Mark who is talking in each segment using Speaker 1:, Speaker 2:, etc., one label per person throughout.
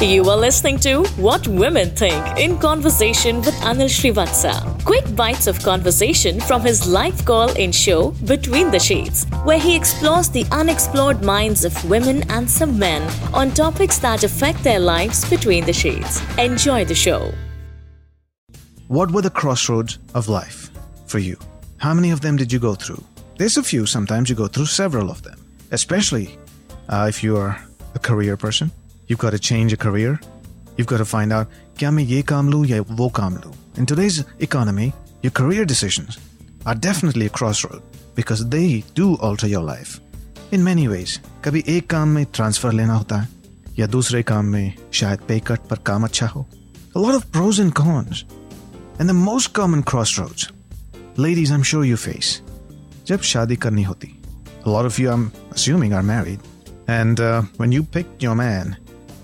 Speaker 1: You are listening to What Women Think in conversation with Anil Srivatsa. Quick bites of conversation from his live call in show Between the Shades, where he explores the unexplored minds of women and some men on topics that affect their lives between the shades. Enjoy the show.
Speaker 2: What were the crossroads of life for you? How many of them did you go through? There's a few, sometimes you go through several of them, especially uh, if you are a career person. You've got to change a career. You've got to find out, kya main ye kaam lu ya wo kaam lu? In today's economy, your career decisions are definitely a crossroad because they do alter your life in many ways. कभी एक काम में transfer लेना होता है या दूसरे काम में शायद पे कट पर काम अच्छा हो. A lot of pros and cons. And the most common crossroads, ladies, I'm sure you face. जब शादी करनी होती. A lot of you, I'm assuming, are married. And uh, when you picked your man,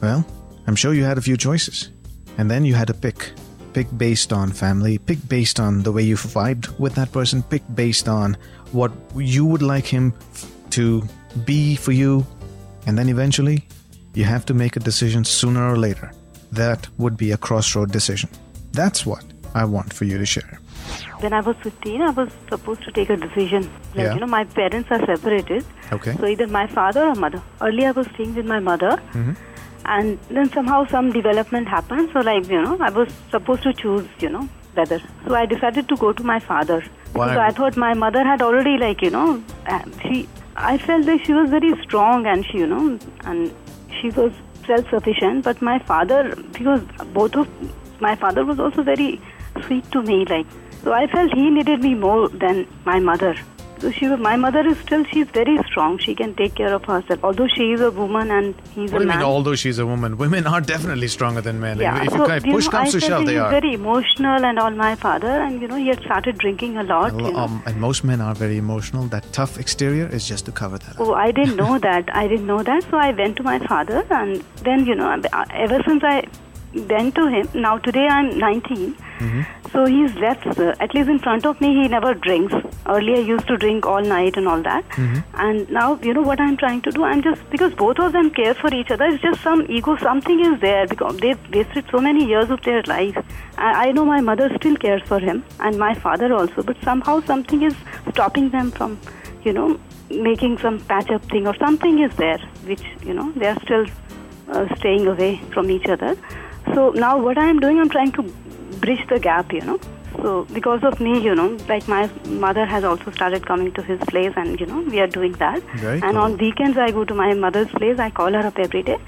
Speaker 2: well, I'm sure you had a few choices. And then you had to pick. Pick based on family, pick based on the way you vibed with that person, pick based on what you would like him f- to be for you. And then eventually, you have to make a decision sooner or later. That would be a crossroad decision. That's what I want for you to share.
Speaker 3: When I was 15, I was supposed to take a decision. Like,
Speaker 2: Yeah.
Speaker 3: you know, my parents are separated.
Speaker 2: Okay.
Speaker 3: So either my father or mother. Earlier, I was staying with my mother.
Speaker 2: Mm-hmm.
Speaker 3: And then somehow some development happened. So, like, you know, I was supposed to choose, you know, whether. So I decided to go to my father.
Speaker 2: Why?
Speaker 3: Because I thought my mother had already, like, you know, uh, she. I felt that she was very strong and she, you know, and she was self sufficient. But my father, because both of. My father was also very sweet to me, like. So I felt he needed me more than my mother. So she, my mother is still, she's very strong. She can take care of herself. Although she is a woman and he's
Speaker 2: What do
Speaker 3: a
Speaker 2: you
Speaker 3: man.
Speaker 2: mean? Although she's a woman, women are definitely stronger than men.
Speaker 3: yeah.
Speaker 2: If you
Speaker 3: so,
Speaker 2: kind of push
Speaker 3: know,
Speaker 2: comes
Speaker 3: I
Speaker 2: to shove,
Speaker 3: felt he
Speaker 2: they
Speaker 3: was
Speaker 2: are.
Speaker 3: very emotional and all my father, and you know, he had started drinking a lot. you know.
Speaker 2: um, and most men are very emotional. That tough exterior is just to cover that. up.
Speaker 3: Oh, I didn't know that. I didn't know that. So I went to my father, and then you know, I- ever since I went to him, now today I'm 19. So he's left. Sir. At least in front of me, he never drinks. Earlier, he used to drink all night and all that. And now, you know what I'm trying to do? I'm just because both of them care for each other. It's just some ego, something is there because they've wasted so many years of their life. I, I know my mother still cares for him, and my father also. But somehow, something is stopping them from, you know, making some patch up thing or something is there which you know they are still uh, staying away from each other so now what i am doing i'm trying to bridge the gap you know so because of me you know like my mother has also started coming to his place and you know we are doing that
Speaker 2: Very
Speaker 3: and
Speaker 2: cool.
Speaker 3: on weekends i go to my mother's place i call her up every day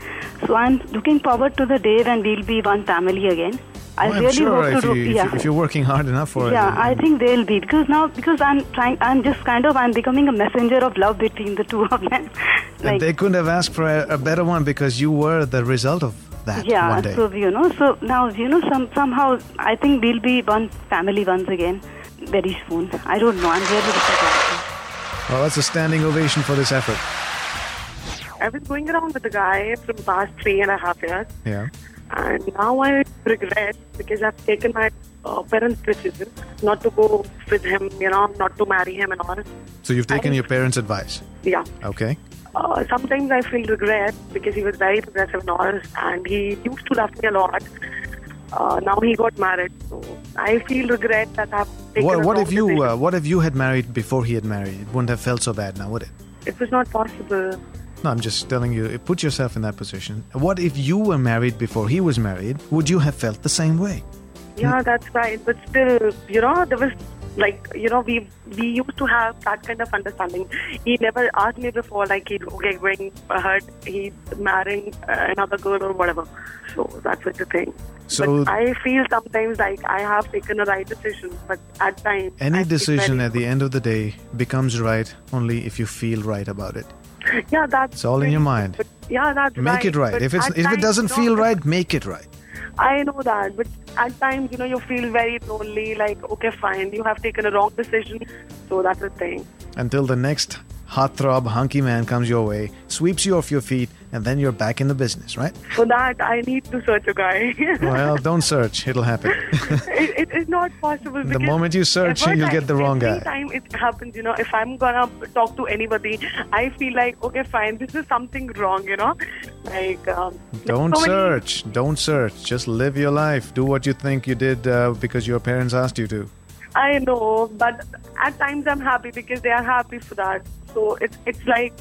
Speaker 3: so i'm looking forward to the day when we'll be one family again i
Speaker 2: Well, Oh, I'm
Speaker 3: really
Speaker 2: sure
Speaker 3: hope to
Speaker 2: if,
Speaker 3: do
Speaker 2: you, if,
Speaker 3: yeah
Speaker 2: you, if you're working hard enough for it.
Speaker 3: yeah,
Speaker 2: uh,
Speaker 3: I think they'll be because now because I'm trying. I'm just kind of I'm becoming a messenger of love between the two of them.
Speaker 2: and
Speaker 3: like
Speaker 2: they couldn't have asked for a, a better one because you were the result of that
Speaker 3: yeah,
Speaker 2: one day.
Speaker 3: so you know, so now you know some somehow I think we'll be one family once again very soon. I don't know. I'm really disappointed.
Speaker 2: well, that's a standing ovation for this effort.
Speaker 4: I was going around with a guy from past three and a half years,
Speaker 2: Yeah.
Speaker 4: and now I regret because I've taken my uh, parents' decision not to go with him, you know, not to marry him and all.
Speaker 2: So you've taken
Speaker 4: I-
Speaker 2: your parents' advice.
Speaker 4: Yeah.
Speaker 2: Okay.
Speaker 4: Uh, sometimes I feel regret because he was very progressive and all, and he used to love me a lot. Uh, now he got married, so I feel regret that I've taken.
Speaker 2: What,
Speaker 4: a
Speaker 2: what
Speaker 4: wrong
Speaker 2: if you
Speaker 4: decision.
Speaker 2: uh, What if you had married before he had married? It wouldn't have felt so bad now, would it?
Speaker 4: It was not possible.
Speaker 2: No, I'm just telling you, put yourself in that position. What if you were married before he was married? Would you have felt the same way?
Speaker 4: Yeah, that's right. But still, you know, there was like you know we we used to have that kind of understanding. He never asked me before like he okay going ahead he's marrying uh, another girl or whatever. So that's what the thing.
Speaker 2: So-
Speaker 4: but I feel sometimes like I have taken a right decision, but at times
Speaker 2: Any
Speaker 4: I feel
Speaker 2: decision
Speaker 4: very-
Speaker 2: at the end of the day becomes right only if you feel right about it.
Speaker 4: yeah that's
Speaker 2: It's all in your mind.
Speaker 4: But yeah, that's
Speaker 2: Make it right.
Speaker 4: but
Speaker 2: If it's
Speaker 4: at
Speaker 2: if it
Speaker 4: times,
Speaker 2: doesn't
Speaker 4: you know,
Speaker 2: feel right, make it right.
Speaker 4: I know that, but at times, you know, you feel very lonely. Like, okay, fine, you have taken a wrong decision. So that's the thing.
Speaker 2: Until the next heartthrob, hunky man comes your way, sweeps you off your feet, and then you're back in the business, right?
Speaker 5: For that, I need to search a guy.
Speaker 2: Well, don't search. It'll happen.
Speaker 5: it, it is not possible.
Speaker 2: The
Speaker 5: because
Speaker 2: moment you search,
Speaker 5: every
Speaker 2: you'll
Speaker 5: time-
Speaker 2: get the wrong guy.
Speaker 5: Every time it happens, you know, if I'm gonna talk to anybody, I feel like okay, fine, this is something wrong, you know, like um,
Speaker 2: Don't
Speaker 5: so many-
Speaker 2: search. Don't search. Just live your life. Do what you think you did uh, because your parents asked you to.
Speaker 5: I know, but at times I'm happy because they are happy for that. So it's it's like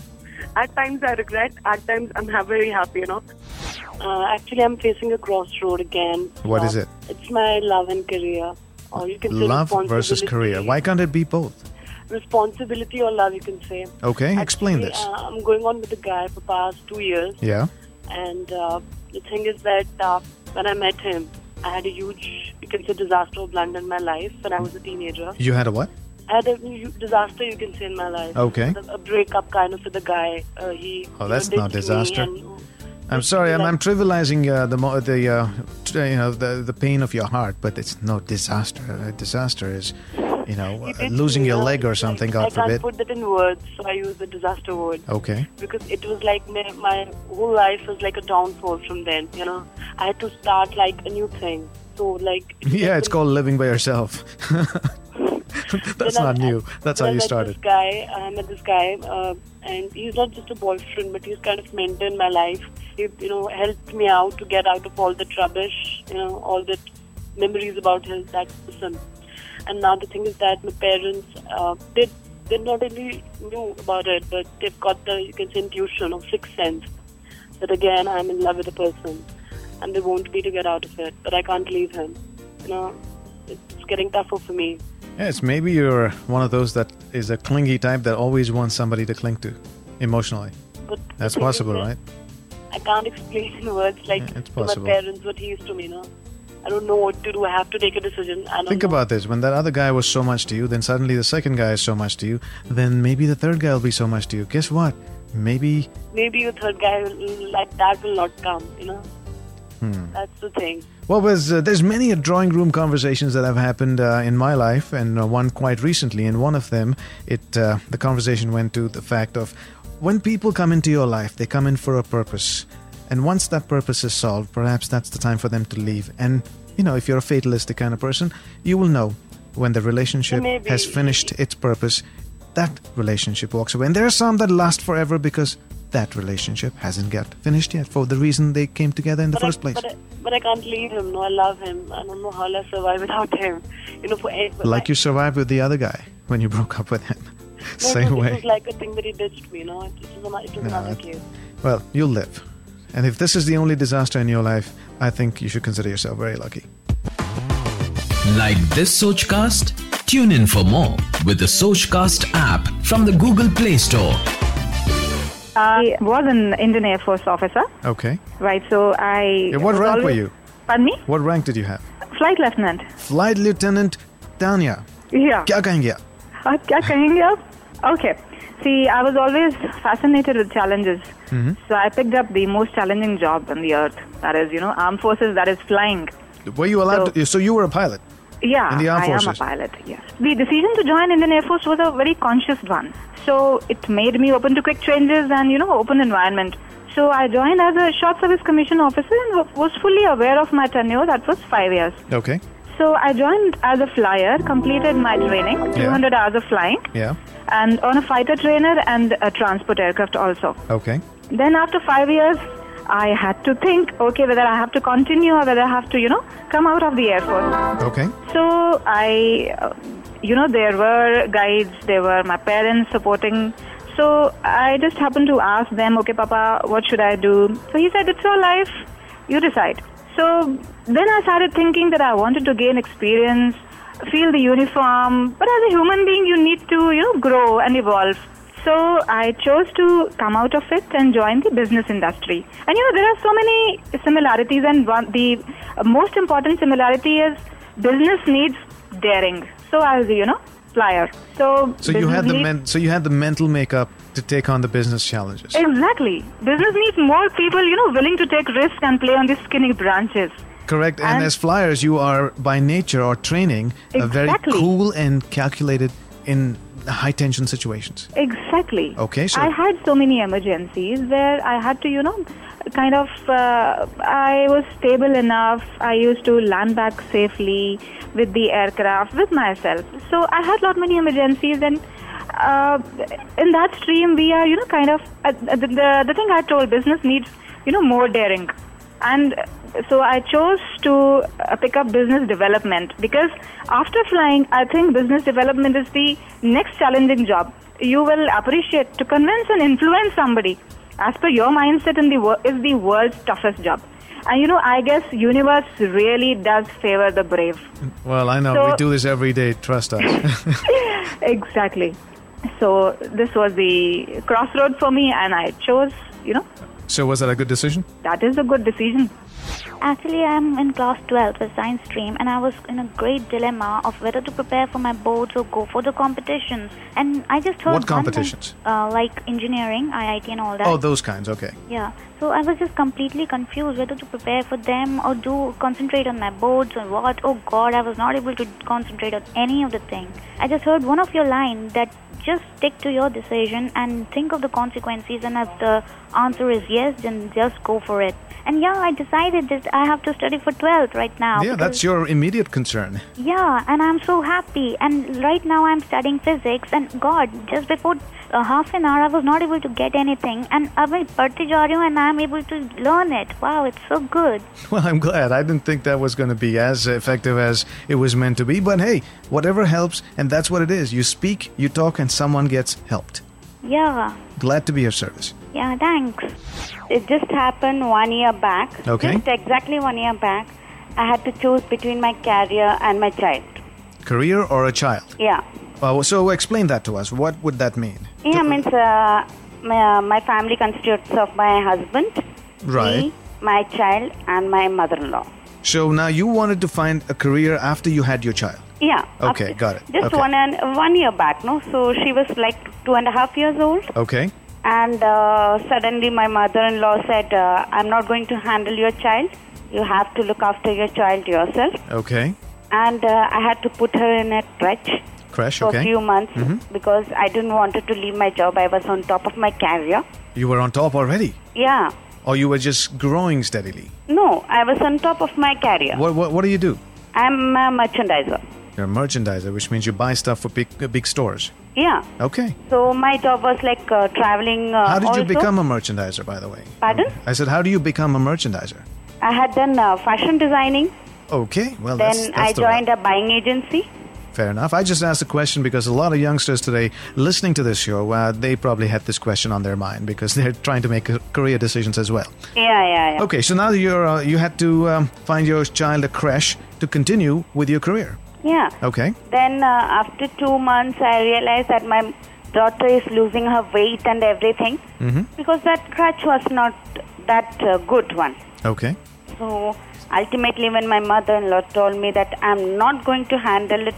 Speaker 5: at times I regret, at times I'm ha- very happy, you know.
Speaker 4: Uh, actually, I'm facing a crossroad again.
Speaker 2: What
Speaker 4: Uh,
Speaker 2: is it?
Speaker 4: It's my love and career. Or you can say
Speaker 2: Love versus
Speaker 4: responsibility.
Speaker 2: career. Why can't it be both?
Speaker 4: Responsibility or love, you can say.
Speaker 2: Okay, explain
Speaker 4: Actually,
Speaker 2: this.
Speaker 4: Uh, I'm going on with the guy for past two years,
Speaker 2: yeah.
Speaker 4: and uh, the thing is that uh, when I met him, I had a huge, you can say, disaster or blunder in my life when I was a teenager.
Speaker 2: You had a what?
Speaker 4: I had a hu- disaster, you can say, in my life.
Speaker 2: Okay.
Speaker 4: A- A breakup kind of with the guy. Uh, he.
Speaker 2: Oh, that's
Speaker 4: he did
Speaker 2: not
Speaker 4: to me
Speaker 2: disaster.
Speaker 4: and-
Speaker 2: I'm sorry. I'm, I'm trivializing uh, the mo- the uh, t- you know the the pain of your heart, but it's no disaster. A disaster is, you know, uh,
Speaker 4: He did to
Speaker 2: losing
Speaker 4: me,
Speaker 2: your
Speaker 4: uh,
Speaker 2: leg or
Speaker 4: like,
Speaker 2: something.
Speaker 4: I
Speaker 2: God
Speaker 4: can't
Speaker 2: forbid. Oh.
Speaker 4: put that in words, so I use the disaster word.
Speaker 2: Okay.
Speaker 4: because it was like my, my whole life was like a downfall from then you know i had to start like a new thing so like it
Speaker 2: Yeah,
Speaker 4: was-
Speaker 2: it's called living by yourself. That's
Speaker 4: then I-
Speaker 2: not new. That's how
Speaker 4: then I
Speaker 2: you
Speaker 4: met
Speaker 2: started.
Speaker 4: this guy i met this guy uh, and he's not just a boyfriend but he's kind of mentor in my life he you know helped me out to get out of all the rubbish you know all the memories about his that person and now the thing is that my parents uh, they they not only knew about it but they've got the you can say intuition of sixth sense that again I'm in love with a person and they want me to get out of it, but I can't leave him. You know, it's getting tougher for me.
Speaker 2: Yes, maybe you're one of those that is a clingy type that always wants somebody to cling to emotionally.
Speaker 4: But the
Speaker 2: That's
Speaker 4: thing is
Speaker 2: possible,
Speaker 4: that
Speaker 2: right?
Speaker 4: I can't explain in words like
Speaker 2: Yeah, it's
Speaker 4: to my
Speaker 2: possible.
Speaker 4: parents what he is to me. You know, I don't know what to do. I have to take a decision. I don't
Speaker 2: Think
Speaker 4: know.
Speaker 2: about this. When that other guy was so much to you, then suddenly the second guy is so much to you, then maybe the third guy will be so much to you. Guess what? Maybe
Speaker 4: maybe your third guy will, like that will not come. You know,
Speaker 2: Hmm.
Speaker 4: that's the thing.
Speaker 2: Well, there's, uh, there's many a drawing room conversations that have happened uh, in my life, and uh, one quite recently. In one of them, it uh, the conversation went to the fact of when people come into your life, they come in for a purpose, and once that purpose is solved, perhaps that's the time for them to leave. And you know, if you're a fatalistic kind of person, you will know when the relationship
Speaker 4: Maybe.
Speaker 2: has finished its purpose. That relationship walks away, and there are some that last forever because that relationship hasn't got finished yet for the reason they came together in the
Speaker 4: but
Speaker 2: first
Speaker 4: I,
Speaker 2: place.
Speaker 4: But I, but I can't leave him. No, I love him. I don't know how I'll survive without him. You know, for
Speaker 2: like you survived with the other guy when you broke up with him.
Speaker 4: No, no,
Speaker 2: Same
Speaker 4: It was
Speaker 2: way.
Speaker 4: like a thing that he ditched me, you know. It, it was, not, it was
Speaker 2: No,
Speaker 4: not
Speaker 2: I-
Speaker 4: the case.
Speaker 2: Well, you'll live. And if this is the only disaster in your life, I think you should consider yourself very lucky.
Speaker 6: Like this Sochcast? Tune in for more with the Sochcast app from the Google Play Store.
Speaker 3: I was an Indian Air Force officer,
Speaker 2: Okay.
Speaker 3: right? So I.
Speaker 2: Yeah, what
Speaker 3: was
Speaker 2: rank
Speaker 3: always-
Speaker 2: were you?
Speaker 3: Pardon me?
Speaker 2: What rank did you have?
Speaker 3: Flight lieutenant.
Speaker 2: Flight Lieutenant Tanya.
Speaker 3: Yeah.
Speaker 2: क्या कहेंगे आप?
Speaker 3: आप क्या कहेंगे आप? Okay. See, I was always fascinated with challenges.
Speaker 2: Mm-hmm.
Speaker 3: So I picked up the most challenging job on the earth. That is, you know, armed forces, that is flying.
Speaker 2: Were you allowed to, so you were a pilot?
Speaker 3: Yeah,
Speaker 2: In the armed
Speaker 3: I am
Speaker 2: forces.
Speaker 3: a pilot. Yes. The decision to join Indian Air Force was a very conscious one. So it made me open to quick changes and you know open environment. So I joined as a short service commission officer and wa- was fully aware of my tenure. That was five years.
Speaker 2: Okay.
Speaker 3: So I joined as a flyer, completed my training, 200 hours of flying,
Speaker 2: Yeah.
Speaker 3: and on a fighter trainer and a transport aircraft also.
Speaker 2: Okay.
Speaker 3: Then after five years, I had to think, okay, whether I have to continue or whether I have to, you know, come out of the Air Force.
Speaker 2: Okay.
Speaker 3: So I, uh, you know, there were guides, there were my parents supporting. So I just happened to ask them, okay, Papa, what should I do? So he said, it's your life, you decide. So then I started thinking that I wanted to gain experience, feel the uniform, but as a human being, you need to, you know, grow and evolve. So I chose to come out of it and join the business industry. And you know, there are so many similarities, and one, the most important similarity is business needs daring. So I was, you know, flyer. So
Speaker 2: So you
Speaker 3: business
Speaker 2: had the
Speaker 3: needs-
Speaker 2: men, so you had the mental makeup to take on the business challenges.
Speaker 3: exactly business needs more people, you know, willing to take risk and play on the skinny branches.
Speaker 2: Correct. And,
Speaker 3: And-
Speaker 2: as flyers, you are by nature or training a very
Speaker 3: Exactly.
Speaker 2: cool and calculated in high tension situations.
Speaker 3: Exactly.
Speaker 2: Okay, so-
Speaker 3: I had so many emergencies where I had to, you know, kind of. Uh, I was stable enough. I used to land back safely with the aircraft with myself. So I had lot many emergencies and. Uh, in that stream, we are, you know, kind of uh, the, the the thing I told business needs, you know, more daring, and uh, so I chose to uh, pick up business development because after flying, I think business development is the next challenging job. You will appreciate to convince and influence somebody. As per your mindset, in the wor- is the world's toughest job. And you know, I guess universe really does favor the brave.
Speaker 2: Well, I know.
Speaker 3: So-
Speaker 2: we do this every day. Trust us.
Speaker 3: exactly. So this was the crossroad for me, and I chose. You know,
Speaker 2: so, was that a good decision?
Speaker 3: that is a good decision.
Speaker 7: Actually, I'm in class 12 with science stream, and I was in a great dilemma of whether to prepare for my boards or go for the competitions. And I just heard
Speaker 2: What
Speaker 7: one thing,
Speaker 2: competitions?
Speaker 7: uh, like engineering, IIT, and all that.
Speaker 2: Oh, those kinds. Okay.
Speaker 7: Yeah. So I was just completely confused whether to prepare for them or do concentrate on my boards or what. Oh God, I was not able to concentrate on any of the thing. I just heard one of your line that just stick to your decision and think of the consequences and if the answer is yes, then just go for it. And yeah, I decided that I have to study for 12 right now.
Speaker 2: Yeah,
Speaker 7: because-
Speaker 2: that's your immediate concern.
Speaker 7: yeah, and I'm so happy. And right now I'm studying physics. And God, just before uh, half an hour, I was not able to get anything. And I'm in Partijario and I'm able to learn it. Wow, it's so good.
Speaker 2: Well, I'm glad. I didn't think that was going to be as effective as it was meant to be. But hey, whatever helps, and that's what it is. You speak, you talk, and someone gets helped.
Speaker 7: Yeah,
Speaker 2: Glad to be of service.
Speaker 7: yeah, thanks.
Speaker 8: It just happened one year back.
Speaker 2: Okay.
Speaker 8: Just exactly one year back, I had to choose between my career and my child.
Speaker 2: Career or a child?
Speaker 8: Yeah.
Speaker 2: Uh, so, explain that to us. What would that mean?
Speaker 8: Yeah, means uh, my, uh, my family constitutes of my husband,
Speaker 2: Right.
Speaker 8: me, my child, and my mother-in-law.
Speaker 2: So, now you wanted to find a career after you had your child.
Speaker 8: Yeah.
Speaker 2: Okay,
Speaker 8: after-
Speaker 2: got it.
Speaker 8: Just
Speaker 2: Okay.
Speaker 8: one and one year back, no. So she was like two and a half years old,
Speaker 2: Okay.
Speaker 8: and uh, suddenly my mother-in-law said, uh, "I'm not going to handle your child. You have to look after your child yourself."
Speaker 2: Okay.
Speaker 8: and uh, I had to put her in a crutch
Speaker 2: Crash.
Speaker 8: for a
Speaker 2: Okay. Mm-hmm.
Speaker 8: few months because I didn't want her to leave my job. I was on top of my career.
Speaker 2: You were on top already,
Speaker 8: Yeah,
Speaker 2: or you were just growing steadily.
Speaker 8: no, I was on top of my career.
Speaker 2: What, what, what do you do?
Speaker 8: I'm a merchandiser.
Speaker 2: You're a merchandiser, which means you buy stuff for big, uh, big stores.
Speaker 8: Yeah,
Speaker 2: Okay.
Speaker 8: so my job was like uh, traveling. Uh,
Speaker 2: How did
Speaker 8: also.
Speaker 2: you become a merchandiser, by the way?
Speaker 8: Pardon?
Speaker 2: I said, how do you become a merchandiser?
Speaker 8: I had done uh, fashion designing.
Speaker 2: Okay, well,
Speaker 8: Then
Speaker 2: Oh, that's, that's
Speaker 8: I
Speaker 2: the
Speaker 8: joined
Speaker 2: route.
Speaker 8: a buying agency.
Speaker 2: Fair enough. I just asked a question because a lot of youngsters today listening to this show, uh, they probably had this question on their mind because they're trying to make uh, career decisions as well.
Speaker 8: Yeah, yeah, yeah.
Speaker 2: Okay, so now you're uh, you had to um, find your child a crash to continue with your career.
Speaker 8: Yeah.
Speaker 2: Okay,
Speaker 8: Then uh, after two months, I realized that my daughter is losing her weight and everything
Speaker 2: Mm-hmm.
Speaker 8: because that crutch was not that uh, good one.
Speaker 2: okay.
Speaker 8: So ultimately, when my mother-in-law told me that I'm not going to handle it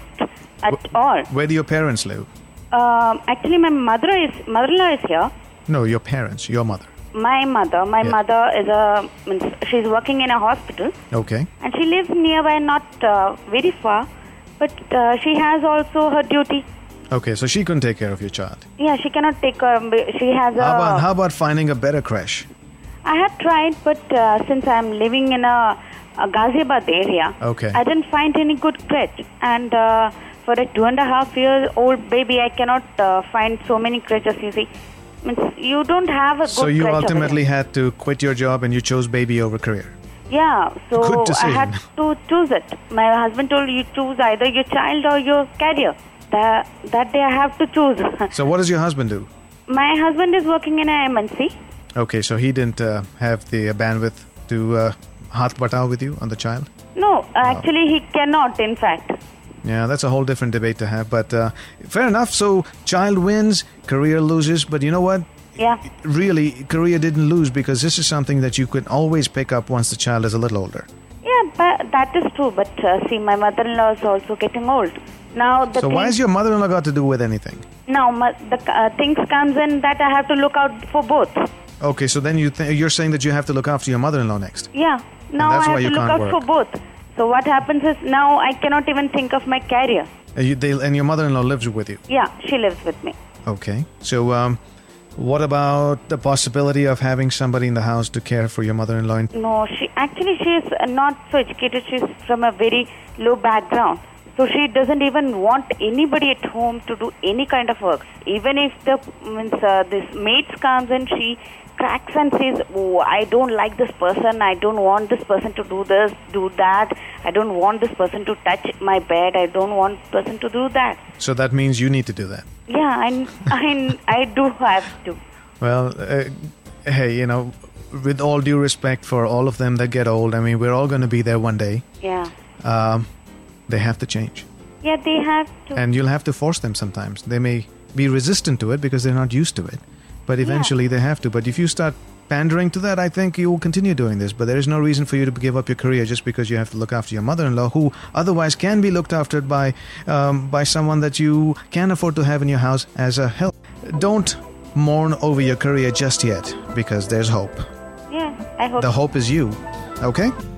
Speaker 8: at all,
Speaker 2: Where do your parents live?
Speaker 8: um, actually, my mother is mother-in-law is here.
Speaker 2: No, your parents, your mother.
Speaker 8: My mother, my
Speaker 2: Yeah.
Speaker 8: mother is a means she's working in a hospital,
Speaker 2: Okay,
Speaker 8: and she lives nearby, not uh, very far, but uh, she has also her duty.
Speaker 2: okay. So she couldn't take care of your child.
Speaker 8: Yeah, she cannot take. Um, she has
Speaker 2: How about
Speaker 8: a.
Speaker 2: how about finding a better crash?
Speaker 8: I have tried, but uh, since I'm living in a, a Ghaziabad area,
Speaker 2: Okay.
Speaker 8: I didn't find any good crutch. And uh, for a two and a half year old baby, I cannot uh, find so many crutches. You see, Means you don't have a good.
Speaker 2: So you
Speaker 8: crutch over
Speaker 2: ultimately had to quit your job and you chose baby over career.
Speaker 8: there. Yeah.
Speaker 2: Good
Speaker 8: So I
Speaker 2: decision.
Speaker 8: had to choose it. My husband told you choose either your child or your career. That that day I have to choose.
Speaker 2: So what does your husband do?
Speaker 8: My husband is working in a MNC.
Speaker 2: Okay, so he didn't uh, have the bandwidth to uh, haath batao with you on the child.
Speaker 8: No, actually he cannot. In fact.
Speaker 2: Yeah, that's a whole different debate to have. But uh, fair enough. So child wins, career loses. But you know what?
Speaker 8: Yeah.
Speaker 2: Really, career didn't lose because this is something that you can always pick up once the child is a little older.
Speaker 8: Yeah, but that is true. But uh, see, my mother-in-law is also getting old. Now the
Speaker 2: so
Speaker 8: thing,
Speaker 2: why is your mother-in-law got to do with anything?
Speaker 8: now ma- the uh, things comes in that I have to look out for both.
Speaker 2: Okay, so then you th- you're saying that you have to look after your mother-in-law next.
Speaker 8: Yeah, now
Speaker 2: that's
Speaker 8: I
Speaker 2: why
Speaker 8: have
Speaker 2: you
Speaker 8: to look
Speaker 2: can't
Speaker 8: out for both. So what happens is now I cannot even think of my career.
Speaker 2: And, you, they, and your mother-in-law lives with you.
Speaker 8: Yeah, she lives with me.
Speaker 2: Okay. So, um, what about the possibility of having somebody in the house to care for your mother-in-law? And,
Speaker 8: No, she actually she is uh, not so educated. She's from a very low background, so she doesn't even want anybody at home to do any kind of work. Even if the means uh, this maids comes and she cracks and says, "Oh, I don't like this person. I don't want this person to do this, do that. I don't want this person to touch my bed. I don't want person to do that."
Speaker 2: so that means you need to do that.
Speaker 8: Yeah, I I I do have to.
Speaker 2: Well, uh, hey, you know, with all due respect for all of them that get old, I mean, we're all going to be there one day.
Speaker 8: Yeah,
Speaker 2: Um, they have to change,
Speaker 8: yeah, they have to.
Speaker 2: and you'll have to force them sometimes. They may be resistant to it because they're not used to it, but eventually they have to. But if you start pandering to that, I think you will continue doing this. But there is no reason for you to give up your career just because you have to look after your mother-in-law, who otherwise can be looked after by um, by someone that you can afford to have in your house as a help. Don't mourn over your career just yet because there's hope.
Speaker 8: yeah, I hope.
Speaker 2: The hope is you. Okay?